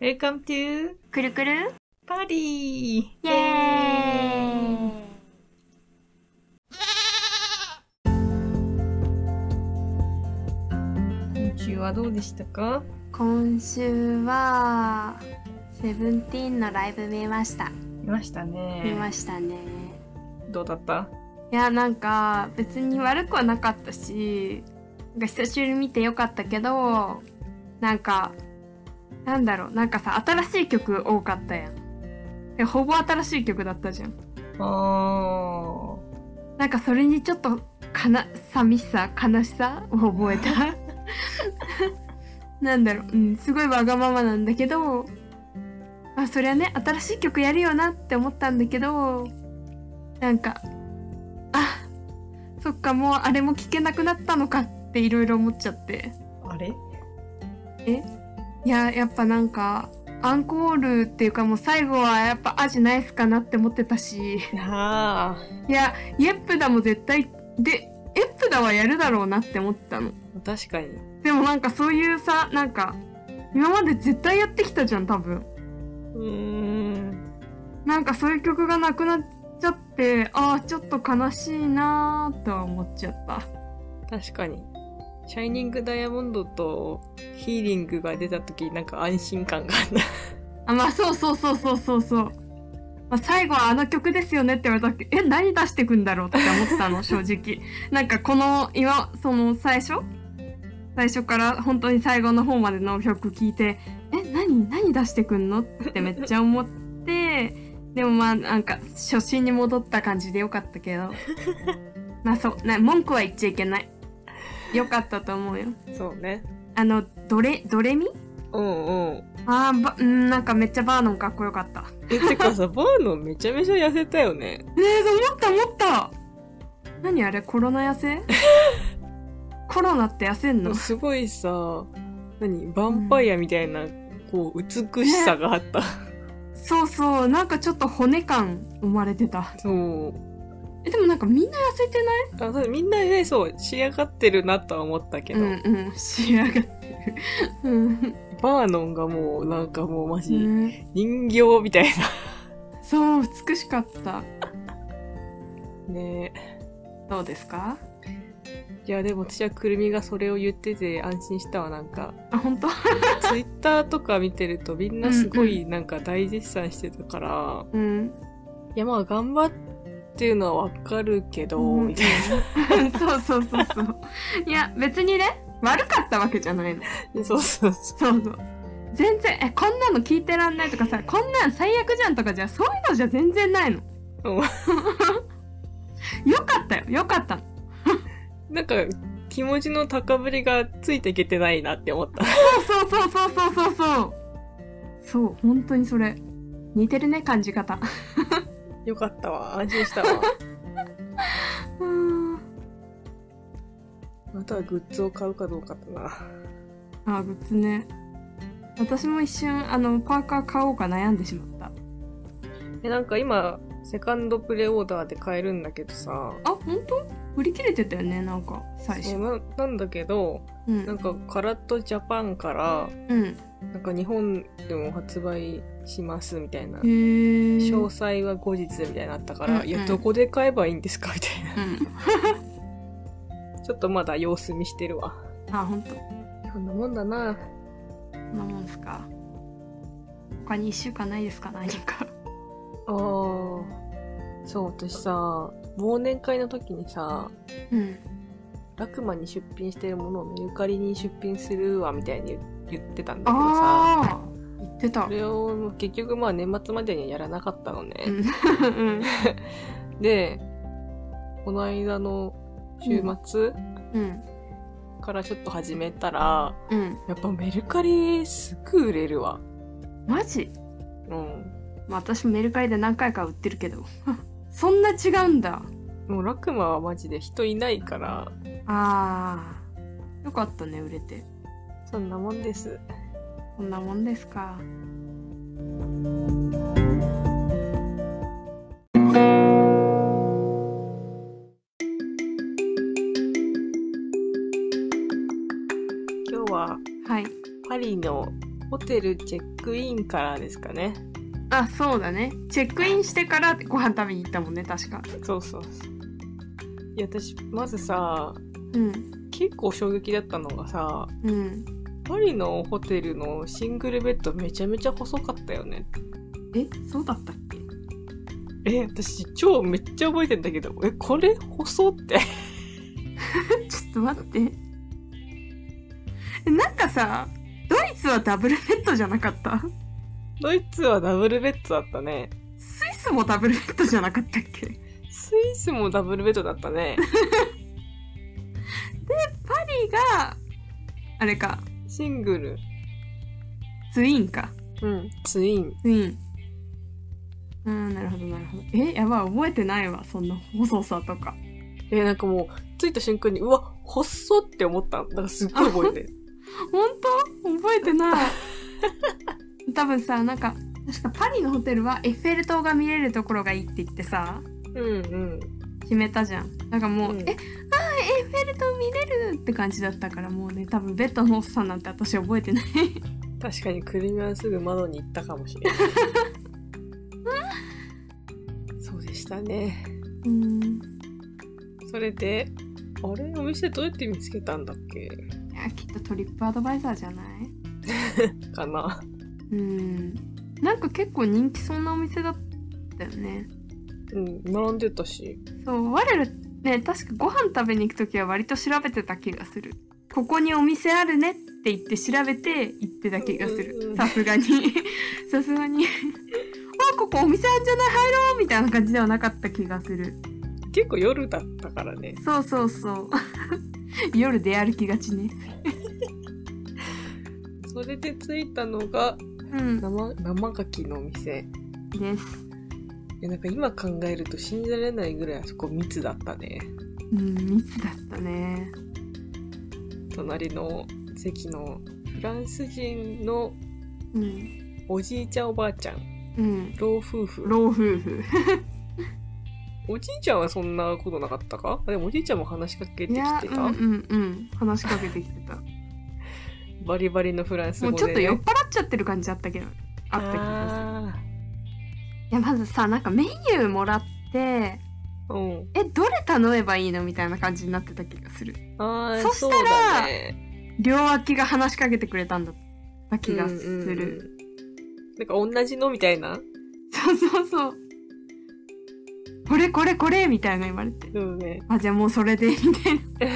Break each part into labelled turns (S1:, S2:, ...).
S1: Welcome to
S2: くるくる
S1: Paris!
S2: イエーイ
S1: 今週はどうでしたか
S2: 今週はセブンティーンのライブ見ました
S1: 見ました
S2: 見
S1: ね。
S2: ましたね
S1: どうだった
S2: いやなんか別に悪くはなかったしなんか久しぶりに見てよかったけどなんかなんだろうなんかさ新しい曲多かったやんでほぼ新しい曲だったじゃん
S1: あ
S2: なんかそれにちょっとかな寂しさ悲しさを覚えた なんだろう、うん、すごいわがままなんだけどまあそりゃね新しい曲やるよなって思ったんだけどなんかあそっかもうあれも聴けなくなったのかっていろいろ思っちゃって
S1: あ。あれ
S2: いややっぱなんかアンコールっていうかもう最後はやっぱアジナイスかなって思ってたし。
S1: ああ。
S2: いや、イエップダも絶対、で、エップダはやるだろうなって思ったの。
S1: 確かに。
S2: でもなんかそういうさ、なんか、今まで絶対やってきたじゃん、多分。
S1: うーん。
S2: なんかそういう曲がなくなっちゃって、ああ、ちょっと悲しいなーとは思っちゃった。
S1: 確かに。シャイニングダイヤモンドとヒーリングが出た時なんか安心感があった。
S2: あ、まあそうそうそうそうそうそう。まあ、最後はあの曲ですよねって言われた時え、何出してくんだろうって思ってたの、正直。なんかこの、今、その最初最初から本当に最後の方までの曲聞いて、え、何何出してくんのってめっちゃ思って、でもまあなんか初心に戻った感じでよかったけど。まあそう、な文句は言っちゃいけない。よかったと思うよ。
S1: そうね。
S2: あの、ドレ、ドレミ
S1: うんうん。
S2: ああ、ば、うん、なんかめっちゃバーノンかっこよかった。
S1: え、てか さ、バーノンめちゃめちゃ痩せたよね。
S2: ねえそう思った思った何あれコロナ痩 せコロナって痩せんの
S1: すごいさ、何ヴァンパイアみたいな、こう、美しさがあった。
S2: そうそうなんかちょっと骨感生まれてた
S1: そう。
S2: えでもなんかみんな痩せてない
S1: あそうみんなね、そう、仕上がってるなとは思ったけど、
S2: うんうん仕上がってるうん、
S1: バーノンがもう、なんかもうマジ、
S2: ね
S1: 人形みたい
S2: そう美しかった
S1: な。 ね
S2: どうですか
S1: いや、でも私はくるみがそれを言ってて安心したわ、なん か。
S2: あ本当
S1: ツイッターとか見てるとみんなすごいなんか大絶賛してたから、
S2: うん
S1: いや、まあ頑張ってるのはわかるけど、
S2: うん
S1: みたい
S2: そうそうそうそういや別にね悪かったわけじゃないの
S1: な。そうそうそ
S2: そうそう。全然、え、こんなの聞いてらんないとかさ、こんなん最悪じゃんとかじゃ、そういうのじゃ全然ないの。
S1: う
S2: よかったよ、よかったの。
S1: う。なんか、気持ちの高ぶりがついていけてないなって思った。
S2: そうそうそうそうそうそうそう。そう、本当にそれ。似てるね、感じ方。
S1: よかったわ、安心したわ。
S2: うーん
S1: あとはグッズを買うかどうかだな。
S2: あ、グッズね。私も一瞬、あの、パーカー買おうか悩んでしまった。
S1: え、なんか今、セカンドプレオーダーで買えるんだけどさ、
S2: あ、本当売り切れてたよね、なんか、最
S1: そう
S2: 初。
S1: ななんだけど、
S2: う
S1: なん
S2: ん。
S1: かカラットジャパンから、
S2: うん。
S1: なんか日本でも発売しますみたいな、
S2: へー
S1: 詳細は後日みたいなのあったか
S2: うん
S1: ら、
S2: うん
S1: いや、どこで買えばいいんですかみたい
S2: うん。
S1: な。 ちょっとまだ様子見してるわ。
S2: あ、本当
S1: こんなもんだな。
S2: そんなもんすか他に1週間ないですか何か
S1: あー。そう、私さ、忘年会の時にさ、
S2: うん
S1: ラクマに出品してるものをメルカリに出品するわ、みたいに言ってたんだけどさ。
S2: ああ言ってた
S1: それを結局まあ年末までにはやらなかったの
S2: う
S1: ね。
S2: んうん
S1: で、この間の週末
S2: うん
S1: からちょっと始めたら、
S2: うん
S1: やっぱメルカリすぐ売れるわ。
S2: マジ、
S1: うん。
S2: まあ、私もメルカリで何回か売ってるけど そんな違うんだ
S1: もうラクマはマジで人いないから、
S2: あーよかったね売れて
S1: そんなもんです。
S2: こんなもんですか
S1: 今日は
S2: はい
S1: パリのホテルチェックインからですかね
S2: あそうだねチェックインしてからご飯食べに行ったもんね確か
S1: そうそうそういや私まずさ
S2: うん
S1: 結構衝撃だったのがさ
S2: うん
S1: パリのホテルのシングルベッドめちゃめちゃ細かったよね
S2: えそうだったっけ
S1: え私超めっちゃ覚えてんだけどえこれ細って
S2: ちょっと待ってえなんかさドイツはダブルベッドじゃなかった
S1: ドイツはダブルベッドだったね
S2: スイスもダブルベッドじゃなかったっけで
S1: スイスもダブルベッドだった ね
S2: パリがあれか
S1: シングル
S2: ツインか
S1: うんツイン
S2: ツインうんなるほどなるほどえやばい覚えてないわそんな細さとか
S1: えなんかもう着いた瞬間にうわ細って思ったなんかすっごい覚えてる
S2: 本当覚えてない多分さなんか確かパリのホテルはエッフェル塔が見れるところがいいって言ってさ
S1: うん
S2: 決めたじゃんなんかもう、
S1: うん
S2: えあーエッフェル塔見れるって感じだったからもうね多分ベッドの細さなんて私覚えてない
S1: うん確かにクリミアはすぐ窓に行ったかもし れないそうでしたね
S2: うん
S1: それであれお店どうやって見つけたんだっけ
S2: いやきっとトリップアドバイザーじゃない
S1: かな
S2: うんなんか結構人気そんなお店だったよね
S1: うん並んでたし
S2: そう我らね確かご飯食べに行く時は割と調べてた気がするここにお店あるねって言って調べて行ってた気がす
S1: うんうんう
S2: る
S1: ん
S2: さすがにさすが にあここお店あるんじゃない入ろうみたいな感じではなかった気がする
S1: 結構夜だったからね
S2: そうそうそう 夜出歩きがちね
S1: それで着いたのが
S2: うん
S1: 生生牡蠣のお店
S2: です
S1: いやなんか今考えると信じられないぐらいあそこ密だったね
S2: うん密だったね
S1: 隣の席のフランス人の
S2: うん
S1: おじいちゃんおばあちゃん
S2: うん
S1: 老夫婦
S2: 老夫婦
S1: おじいちゃんはそんなことなかったかあでもおじいちゃんも話しかけて
S2: いや
S1: きて
S2: うん
S1: た、
S2: うんうん話しかけてきてた
S1: バリバリのフランス
S2: も
S1: 語
S2: う
S1: で、ね、
S2: ちょっと酔っ払っちゃってる感じあったけどあった気がする
S1: あ
S2: いやまずさなんかメニューもらって
S1: ーうん
S2: えどれ頼めばいいのみたいな感じになってた気がする
S1: あー
S2: そしたら
S1: うだね
S2: 両脇が話しかけてくれたんだった気がする、
S1: うんうんうんなんか同じのみたいな
S2: そうそうそうこれこれこれみたいな言われて
S1: そうね
S2: あじゃあもうそれでみたい な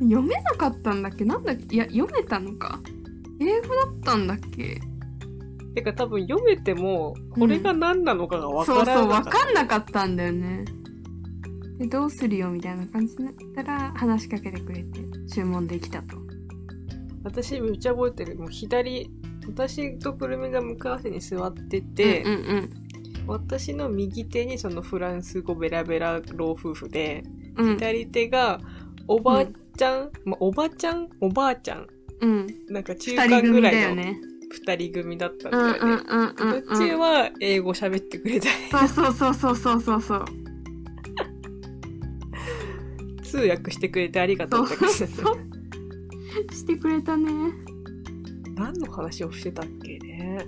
S2: 読めなかったんだっけなんだっけいや読めたのか英語だったんだっけ
S1: てか多分読めてもこれが何なのかがわ
S2: そ
S1: か
S2: う
S1: ら
S2: そう
S1: なか
S2: 分
S1: った、
S2: かんなかったんだよねでどうするよみたいな感じになったら話しかけてくれて注文できたと
S1: 私めっちゃ覚えてるもう左私とくるみが向かい合わせに座ってて、
S2: うんうん
S1: 私の右手にそのフランス語ベラベラ老夫婦で
S2: うんうん
S1: 左手がおばあちゃん、まあ、おばちゃんおばあちゃん
S2: うん
S1: なんか中
S2: 二人
S1: 間ぐ
S2: 組だ
S1: らい
S2: よ
S1: の
S2: ね
S1: 二人組だったん
S2: う
S1: だ
S2: ん
S1: よ
S2: う
S1: ね。
S2: んうんうん
S1: こっち
S2: うん
S1: は英語喋ってくれたり
S2: そうそうそうそうそうそうそう
S1: 通訳してくれてありがとうって感じだった
S2: そうしてくれたね
S1: 何の話をしてたっけね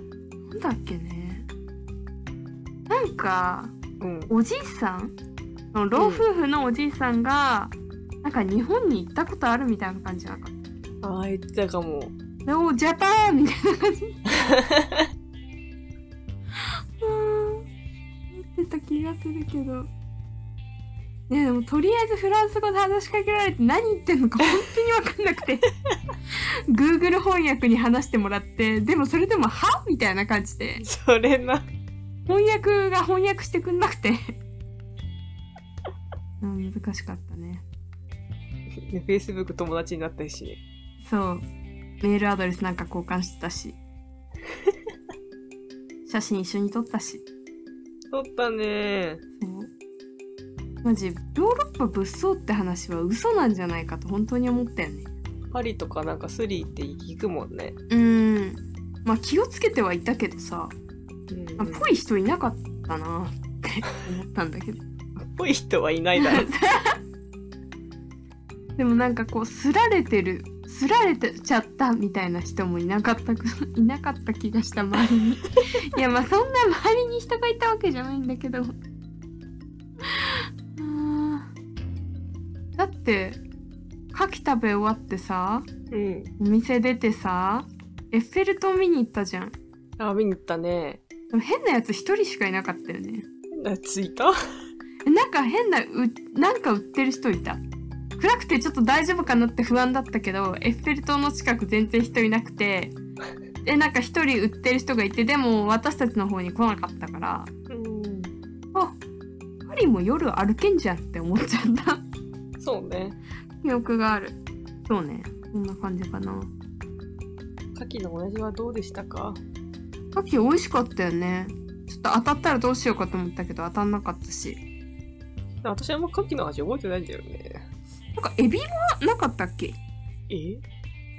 S2: なんだっけねなんか
S1: うん
S2: おじいさんその老夫婦のおじいさんが、なんか日本に行ったことあるみたいな感じじゃなかった
S1: ああ言ってたかも
S2: でもジャパンみたいな感じ。 言ってた気がするけど。ねでもとりあえずフランス語で話しかけられて何言ってんのか本当に分かんなくて Google 翻訳に話してもらってでもそれでも「は?」みたいな感じで
S1: それな
S2: 翻訳が翻訳してくんなくて うん難しかったね
S1: Facebook 友達になったし
S2: そうメールアドレスなんか交換してたし写真一緒に撮ったし
S1: 撮ったね
S2: そうマジヨーロッパ物騒って話は嘘なんじゃないかと本当に思ったよね
S1: パリとかなんかスリーって行くもんね、
S2: うんまあ気をつけてはいたけどさ
S1: うん
S2: あぽい人いなかったなって思ったんだけど
S1: ぽい人はいないだろ
S2: でもなんかこうすられてるすられてちゃったみたいな人もいなかったく いなかった気がした周りに いやまあそんな周りに人がいたわけじゃないんだけどあーだって牡蠣食べ終わってさ
S1: うん。
S2: お店出てさエッフェル塔見に行ったじゃんで
S1: あ、見に行ったね。
S2: も変なやつ一人しかいなかったよね
S1: あついた
S2: えなんか変なうなんか売ってる人いた暗くてちょっと大丈夫かなって不安だったけどエッフェル塔の近く全然人いなくてでなんか一人売ってる人がいてでも私たちの方に来なかったから
S1: うん。
S2: パリも夜歩けんじゃんって思っちゃった
S1: そうね。
S2: 記憶があるそうねこんな感じかな
S1: 牡蠣の親父はどうでしたか
S2: 牡蠣美味しかったよねちょっと当たったらどうしようかと思ったけど当たんなかったし
S1: 私はあんま牡蠣の味覚えてないんだよね。
S2: なんかエビはなかったっけ
S1: え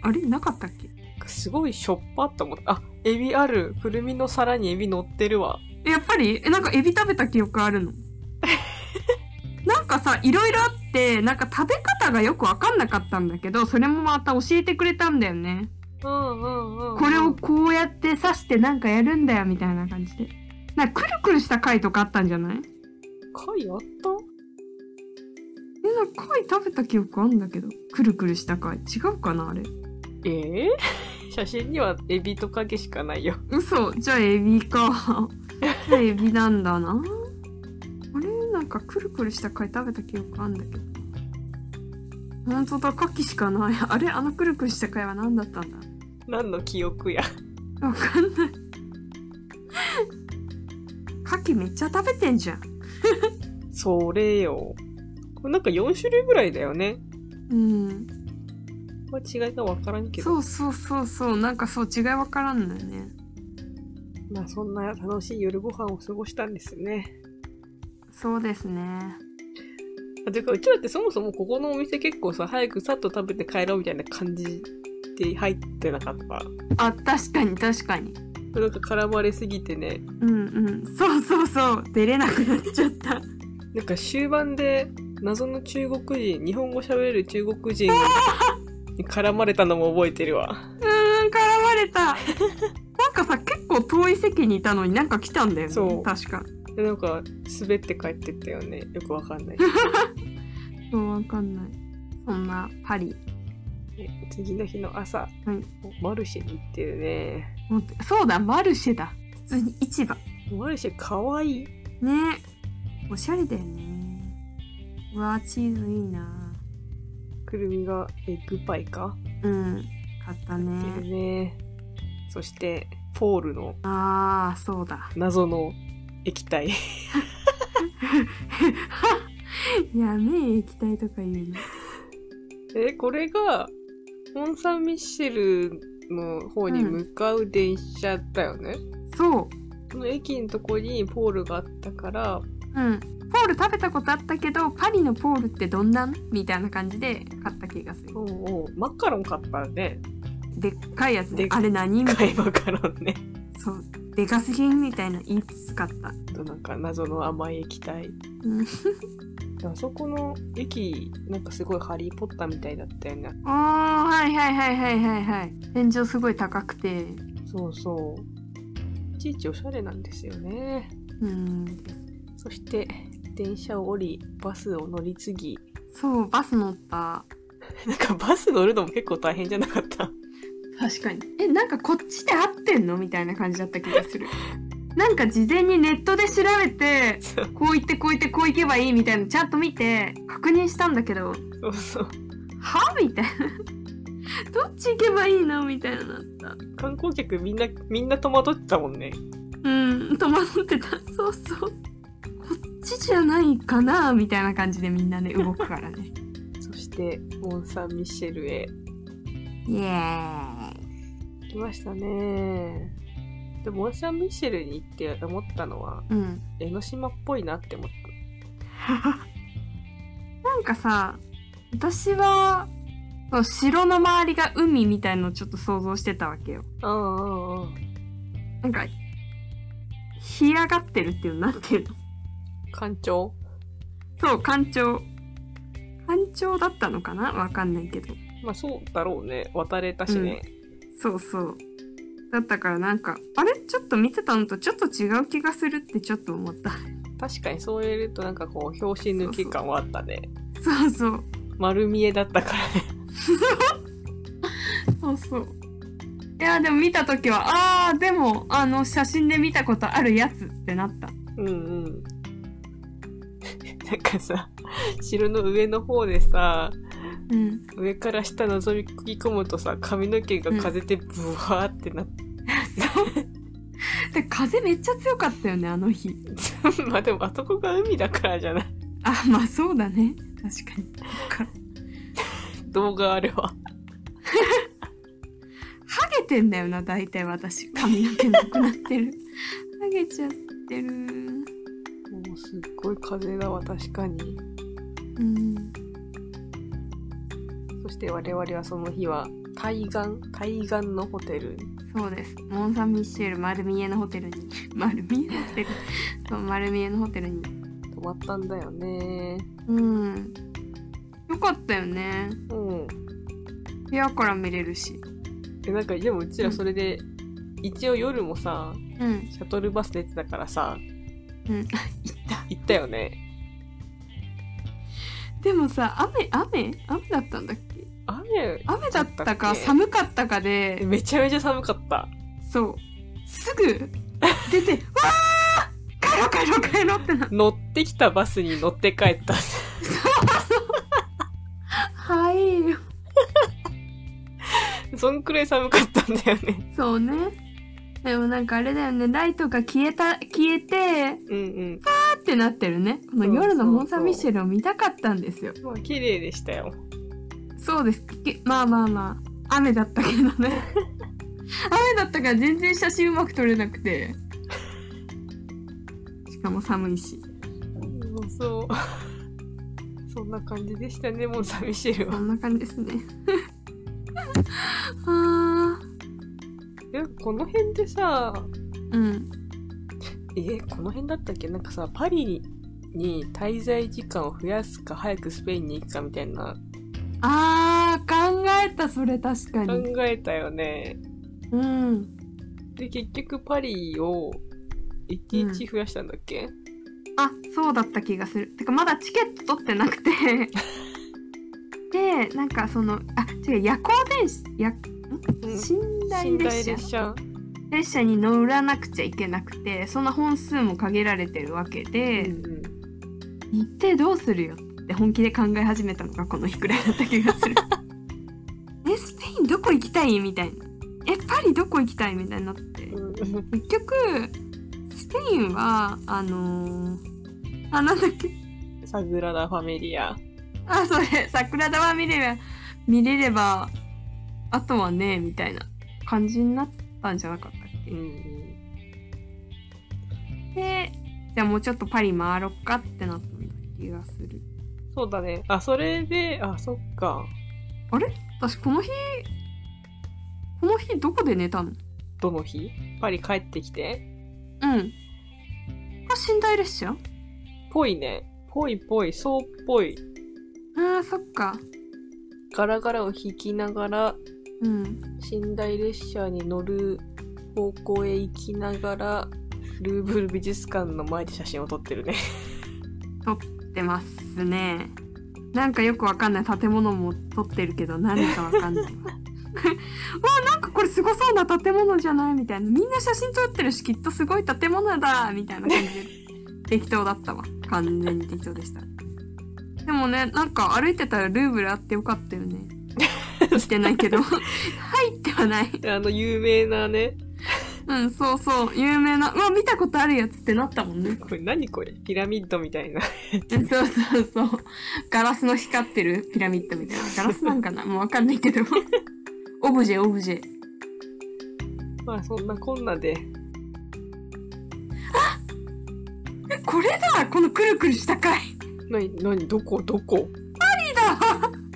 S2: あれなかったっけ
S1: すごいしょっぱって思った。あ、エビある。くるみの皿にエビ乗ってるわ。
S2: えやっぱりえなんかエビ食べた記憶あ るのなんかさいろいろあってなんか食べ方がよく分かんなかったんだけどそれもまた教えてくれたんだよね
S1: うんうんうん、
S2: これをこうやって刺してなんかやるんだよみたいな感じでなんかくるくるした貝とかあったんじゃない
S1: 貝あった
S2: えなんか貝食べた記憶あんだけどくるくるした貝違うかなあれ
S1: え ー、写真にはエビとカゲしかないよ。
S2: 嘘じゃあエビかじゃあエビなんだなあれなんかくるくるした貝食べた記憶あんだけどなんとだ牡蠣しかないあれあのくるくるした貝は何だったんだ
S1: 何の記憶や。
S2: わかんない牡蠣めっちゃ食べてんじゃん
S1: それよ。これなんか4種類ぐらいだよね。
S2: うん
S1: まあ、違いがわからんけど。
S2: そうそうそうそうなんかそう違いわからんのよね
S1: まあそんな楽しい夜ご飯を過ごしたんですね。
S2: そうですね
S1: あてか、うちらってそもそもここのお店結構さ、早くさっと食べて帰ろうみたいな感じで入ってなかった。
S2: あ確かに確かに
S1: なんか絡まれすぎてね。
S2: うんうんそうそうそう出れなくなっちゃった
S1: なんか終盤で謎の中国人、日本語喋れる中国人 に絡まれたのも覚えてるわ。
S2: うーん、絡まれた。なんかさ、結構遠い席にいたのになんか来たんだよね。
S1: そう
S2: 確か。
S1: でなんか滑って帰ってったよね。よくわかんない。
S2: そう、わかんない。そんなパリ。
S1: で次の日の朝、マルシェに行ってるね。
S2: もうそうだ、マルシェだ。普通に市場。
S1: マルシェかわいい。
S2: ねおしゃれだよね。うわチーズいいな
S1: くるみがエッグパイか。
S2: うん。買った
S1: いる
S2: ね。
S1: ね。そして、ポールの
S2: ああ、そうだ。
S1: 謎の液体。
S2: やめえ、液体とか言うの。
S1: え、これが、モンサンミッシェルの方に向かう電車だよね。
S2: そう。
S1: その駅のとこにポールがあったから、
S2: うん。ポール食べたことあったけど、パリのポールってどんなんみたいな感じで買った気がする。
S1: おうおうマカロン買ったね。
S2: でっかいやつ
S1: で
S2: で
S1: っ、か
S2: あれ何みたいな
S1: 買いマカロンね。
S2: そうでかすぎんみたいな言いつつ買った
S1: となんか謎の甘い液体。
S2: うん
S1: あそこの駅、なんかすごいハリーポッターみたいだったよね。
S2: おーはいはいはいはいはいはい天井すごい高くて
S1: そうそう。いちいちおしゃれなんですよね。
S2: うん
S1: そして、電車を降り、バスを乗り継ぎ。
S2: そうバス乗った
S1: なんかバス乗るのも結構大変じゃなかった。
S2: 確かにえなんかこっちで合ってんのみたいな感じだった気がす るなんか事前にネットで調べて
S1: そう
S2: こう行ってこう行ってこう行けばいいみたいなのちゃんと見て確認したんだけど
S1: そうそう。
S2: はみたいな どっち行けばいいのみたいなのだった
S1: 観光客みんな、みんな戸惑ってたもんね。
S2: うん、戸惑ってた。そうそう。こっちじゃないかなみたいな感じでみんなね、動くから ね。
S1: そして、モンサンミシェルへ
S2: イエーイ。
S1: 行きましたね。でも、モンサンミシェルに行って思ったのは、
S2: うん。
S1: 江ノ島っぽいなって思った。
S2: なんかさ、私は、そう城の周りが海みたいのをちょっと想像してたわけよ。
S1: うんうんうん。
S2: なんか、干上がってるっていうの、なんていうの
S1: 干潮
S2: そう、干潮。干潮だったのかなわかんないけど。
S1: まあそうだろうね。渡れたしね。
S2: そうそう。だったからなんか、あれちょっと見てたのとちょっと違う気がするってちょっと思った。
S1: 確かにそう言えるとなんかこう、表紙抜き感はあったね。
S2: そうそう。
S1: 丸見えだったからね。
S2: そうそう。いや、でも見たときは、ああ、でも、あの、写真で見たことあるやつってなった。
S1: うんうん。なんかさ、城の上の方でさ、
S2: うん。
S1: 上から下覗き込むとさ、髪の毛が風でブワーってなって、
S2: で、風めっちゃ強かったよね、あの日。
S1: まあでもあそこが海だからじゃない。
S2: あ、まあそうだね。確かに。か
S1: 動画あれは。
S2: ハゲてんだよな、大体私。髪の毛なくなってる。 ハゲちゃってる。
S1: もうすっごい風だわ、確かに。
S2: うん。
S1: そして我々はその日は、対岸対岸のホテルに
S2: そうです。モンサンミッシェル丸見えのホテル に。丸見えのホテル。そう、丸見えのホテルに。
S1: 泊まったんだよね。
S2: うん。よかったよね。
S1: うん。
S2: 部屋から見れるし。
S1: え、なんかでもうちらそれで、一応夜もさ、
S2: うん。
S1: シャトルバス出てたからさ、
S2: うん。 行った。
S1: 行ったよね。
S2: でもさ、雨、雨雨だったんだっけ
S1: 雨、
S2: 雨だっ
S1: だ
S2: た
S1: ったっ
S2: か
S1: け
S2: 寒かったかで、
S1: めちゃめちゃ寒かった。
S2: そう。すぐ出 て、わあ帰ろう帰ろう帰ろうってな。
S1: 乗ってきたバスに乗って帰った。
S2: はいよ。
S1: そんくらい寒かったんだよね。
S2: そうね。でもなんかあれだよね、ライトが消えた、消えて、
S1: うんうん。
S2: あってなってるね。こ
S1: そうそう
S2: の
S1: そう
S2: 夜のモンサンミッシェルを見たかったんですよ。
S1: まあ綺麗でしたよ。
S2: そうです。けまあまあまあ、雨だったけどね。 雨だったから全然写真うまく撮れなくて。しかも寒いし。
S1: うんそう。 そんな感じでしたね、もう寂しい
S2: こ
S1: わ。
S2: んな感じで すね。あ
S1: えこの辺でさ、
S2: ーうん。
S1: え、この辺だったっけなんかさ、パリに、に滞在時間を増やすか早くスペインに行くかみたいな
S2: あー、考えた、それ確か
S1: 考
S2: に。
S1: えたよね。
S2: うん。
S1: で、結局パリを1日増やしたんだっけ、
S2: あ、そうだった気がする。てか、まだチケット取ってな くて。で、なんかその、あ、違う、夜行電車、や
S1: うん
S2: 寝台
S1: 寝
S2: 列
S1: 台
S2: 車
S1: 列車
S2: 列車に乗らなくちゃいけなくてその本数も限られてるわけ
S1: う
S2: で、
S1: んうん
S2: 日程どうするよって本気で考え始めたのがこの日くらいだった気がする。 えスペインどこ行きたいみたいな。えパリどこ行きたいみたいになって
S1: うん
S2: 結局スペインはあのー、あなんだっけ
S1: サグラダ・ファミリア。
S2: あそれ桜田は見れば見れればあとはねみたいな感じになったんじゃなかったっけ
S1: うん
S2: でじゃあもうちょっとパリ回ろっかってなったような気がする
S1: そうだね。あ、それで、あ、そっか。
S2: 私この日この日どこで寝たの
S1: どの日パリ帰ってきて
S2: うんあ寝台列車
S1: ぽいね。ぽいぽい、そうっぽい。
S2: あーそっか
S1: ガラガラを引きながら、
S2: うん
S1: 寝台列車に乗る方向へ行きながら、ルーブル美術館の前で写真を撮ってるね。
S2: 出ますねなんかよくわかんない建物も撮ってるけど何かわかんないわ わなんかこれすごそうな建物じゃないみたいなみんな写真撮ってるしきっとすごい建物だみたいな感じで 適当だったわ完全に適当でしたでもねなんか歩いてたらルーブルあってよかったよねしてないけど 入ってはない
S1: あの、有名なね、
S2: うんそうそう有名なうわ見たことあるやつってなったもんね
S1: これ何これピラミッドみたいな。
S2: そうそうそう。ガラスの光ってるピラミッドみたいな。ガラスなんかなもうわかんないけど。 オブジェ、オブジェ。
S1: まあそんなこんなで、
S2: えこれだこのくるくるした回
S1: なに、なに、どこ、どこ
S2: だ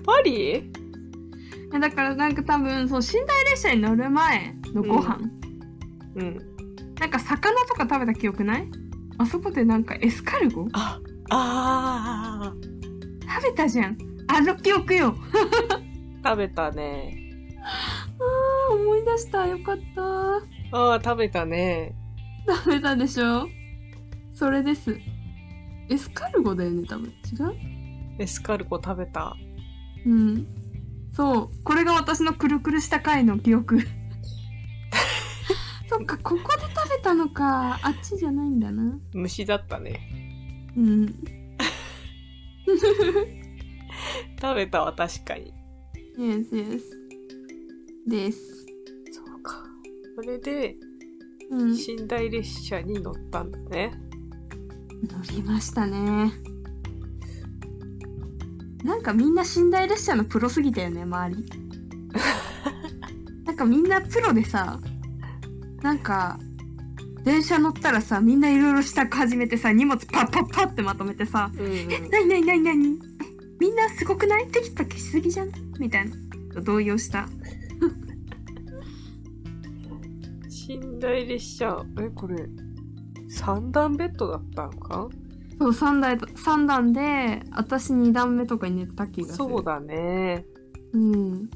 S1: パリ
S2: えだからなんか多分、その寝台列車に乗る前のご飯、
S1: うん。
S2: なんか魚とか食べた記憶ないあそこでなんかエスカルゴ
S1: あ、ああ
S2: 食べたじゃん。あの記憶よ。
S1: 食べたね。
S2: あー思い出したよかった
S1: ああ、食べたね。
S2: ダメだでしょそれですエスカルゴだよね多分違う
S1: エスカルゴ食べた。
S2: うんそうこれが私のくるくるした回の記憶そっかここで食べたのかあっちじゃないんだな
S1: 虫だったね。
S2: うん
S1: 食べたわ、確かに。
S2: Yes yes です
S1: そうか。それで、
S2: うん乗
S1: 寝台列車に乗ったんだね。
S2: りましたねなんかみんな寝台列車のプロすぎたよね周 りなんかみんなプロでさなんか電車乗ったらさみんないろいろ支度始めてさ荷物パッパッパッってまとめてさ
S1: うん、うん。
S2: なになになになにみんなすごくないテキパキしすぎじゃんみたいなと動揺した
S1: 寝台列車、え、これ、三段ベッドだったのか
S2: そう3段三段で私2段目とかに寝た気がする
S1: そうだね。
S2: うん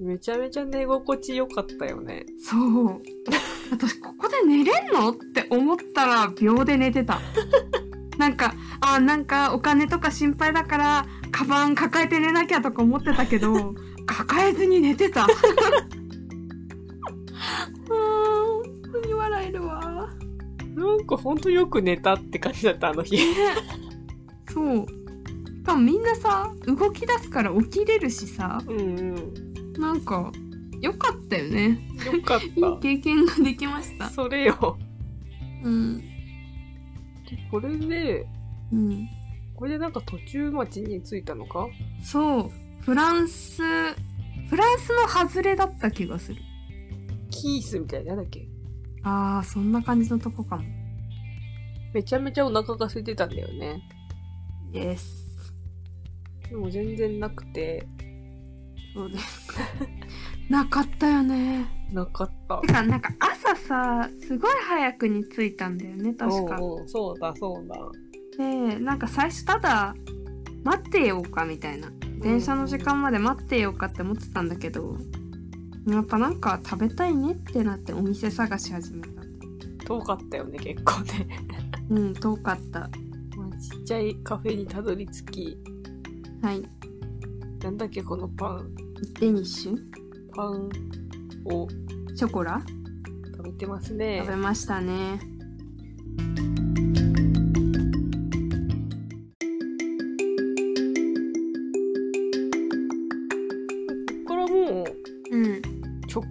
S1: めちゃめちゃ寝心地良かったよね。
S2: そう私ここで寝れんのって思ったら秒で寝て たなんかあなんかお金とか心配だからカバン抱えて寝なきゃとか思ってたけ ど抱えずに寝てたうーん本当に笑えるわ
S1: なんかほんとよく寝たって感じだった、あの日。
S2: そうしかもみんなさ動き出すから起きれるしさ
S1: うんうん。
S2: なんか良かったよね
S1: よかっ
S2: いい経験ができました
S1: た。それよ。
S2: うん
S1: これで、
S2: うん
S1: これでなんか途中町に着いたのか
S2: そうフランスフランスの外れだった気がする
S1: キースみたいな、なんだっけ
S2: あーそんな感じのとこかも
S1: めちゃめちゃお腹が空いてたんだよね。
S2: です
S1: でも全然なくて、
S2: そうですなかったよね
S1: なかった
S2: て。かなんか朝さすごい早くに着いたんだよね確か
S1: おうおうそうだ、そうだ。
S2: でなんか最初ただ待ってようかみたいな電車の時間まで待ってようかって思ってたんだけどやっぱなんか食べたいねってなってお店探し始めた
S1: 遠かったよね、結構ね。
S2: うん遠かった
S1: まあちっちゃいカフェにたどり着き、
S2: はい
S1: なんだっけ、このパン、
S2: デニッシュ
S1: パンを
S2: ショコラ
S1: 食べてますね
S2: 食。べましたね。
S1: こっからもう、
S2: うん。
S1: 直、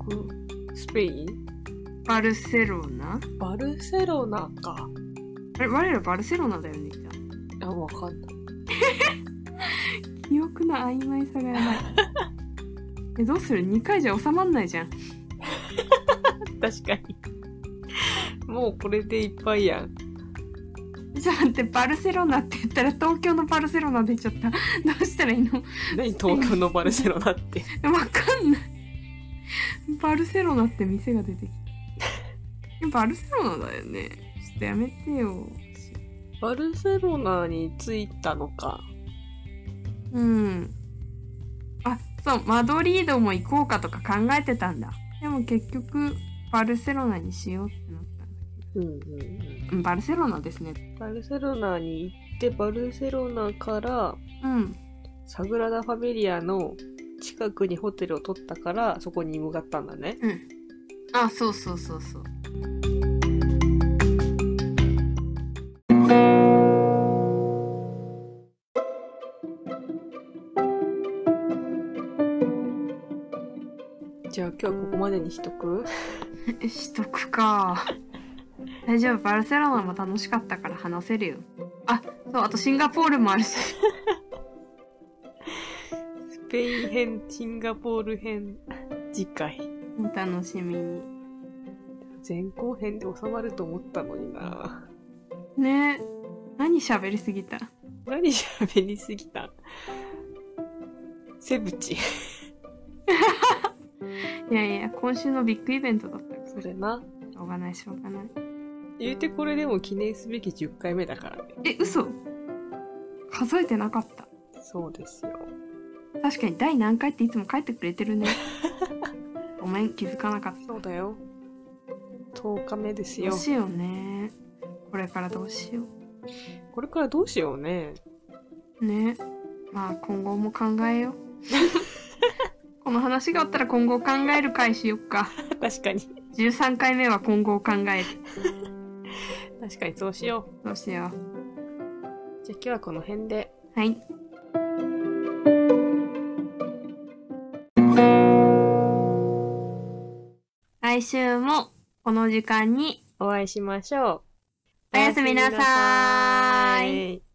S1: スペイン
S2: バルセロナ
S1: バルセロナか。
S2: あれ、我らバルセロナだよね、
S1: あ、わかんない。
S2: 記憶の曖昧さがやばい。 え、どうする ?2 回じゃ収まんないじゃん。
S1: 確かに。 もうこれでいっぱいやん。
S2: じゃあ待って、バルセロナって言ったら東京のバルセロナ出ちゃった。どうしたらいいの
S1: 何東京のバルセロナ って。
S2: わかんない。バルセロナって店が出てきた。えバルセロナだよね。ちょっとやめてよ。
S1: バルセロナに着いたのか。
S2: うん。あ、そう、マドリードも行こうかとか考えてたんだ。でも結局、バルセロナにしようってなったんだ
S1: うんうんうん。
S2: けど。うんバルセロナですね。
S1: バルセロナに行って、バルセロナから、
S2: うん。
S1: サグラダ・ファミリアの近くにホテルを取ったから、そこに向かったんだね。
S2: うん。あ、そうそうそうそう。
S1: じゃあ今日はここまでにしとく
S2: えしとくか。 大丈夫、バルセロナも楽しかったから話せるよ。あ、そう、あとシンガポールもあるし。
S1: スペイン編、シンガポール編、次回。
S2: お 楽しみに。
S1: 前後編で収まると思ったのにな。
S2: ね何喋りすぎた。
S1: 何喋りすぎたセブチ。
S2: いやいや、今週のビッグイベントだったから。
S1: それな。
S2: しょうがない、しょうがない。
S1: 言うてこれでも記念すべき10回目だからね。
S2: え、嘘数えてなかった。
S1: そうですよ。
S2: 確かに第何回っていつも書いてくれてる ねごめん気づかなかった
S1: そうだよ10日目です
S2: どう
S1: よ
S2: しようねこれからどうしよ
S1: これからどうしようね
S2: うねまあ今後も考えようこの話があったら今後考える回しよっか
S1: 確かに
S2: 13回目は今後を考える
S1: 確かにそうしよ
S2: どうしよ
S1: うじゃあ今日はこの辺で
S2: うはい来週もこの時間に
S1: お会いしましょう
S2: おやすみなさー
S1: おやすみ
S2: い
S1: なさーい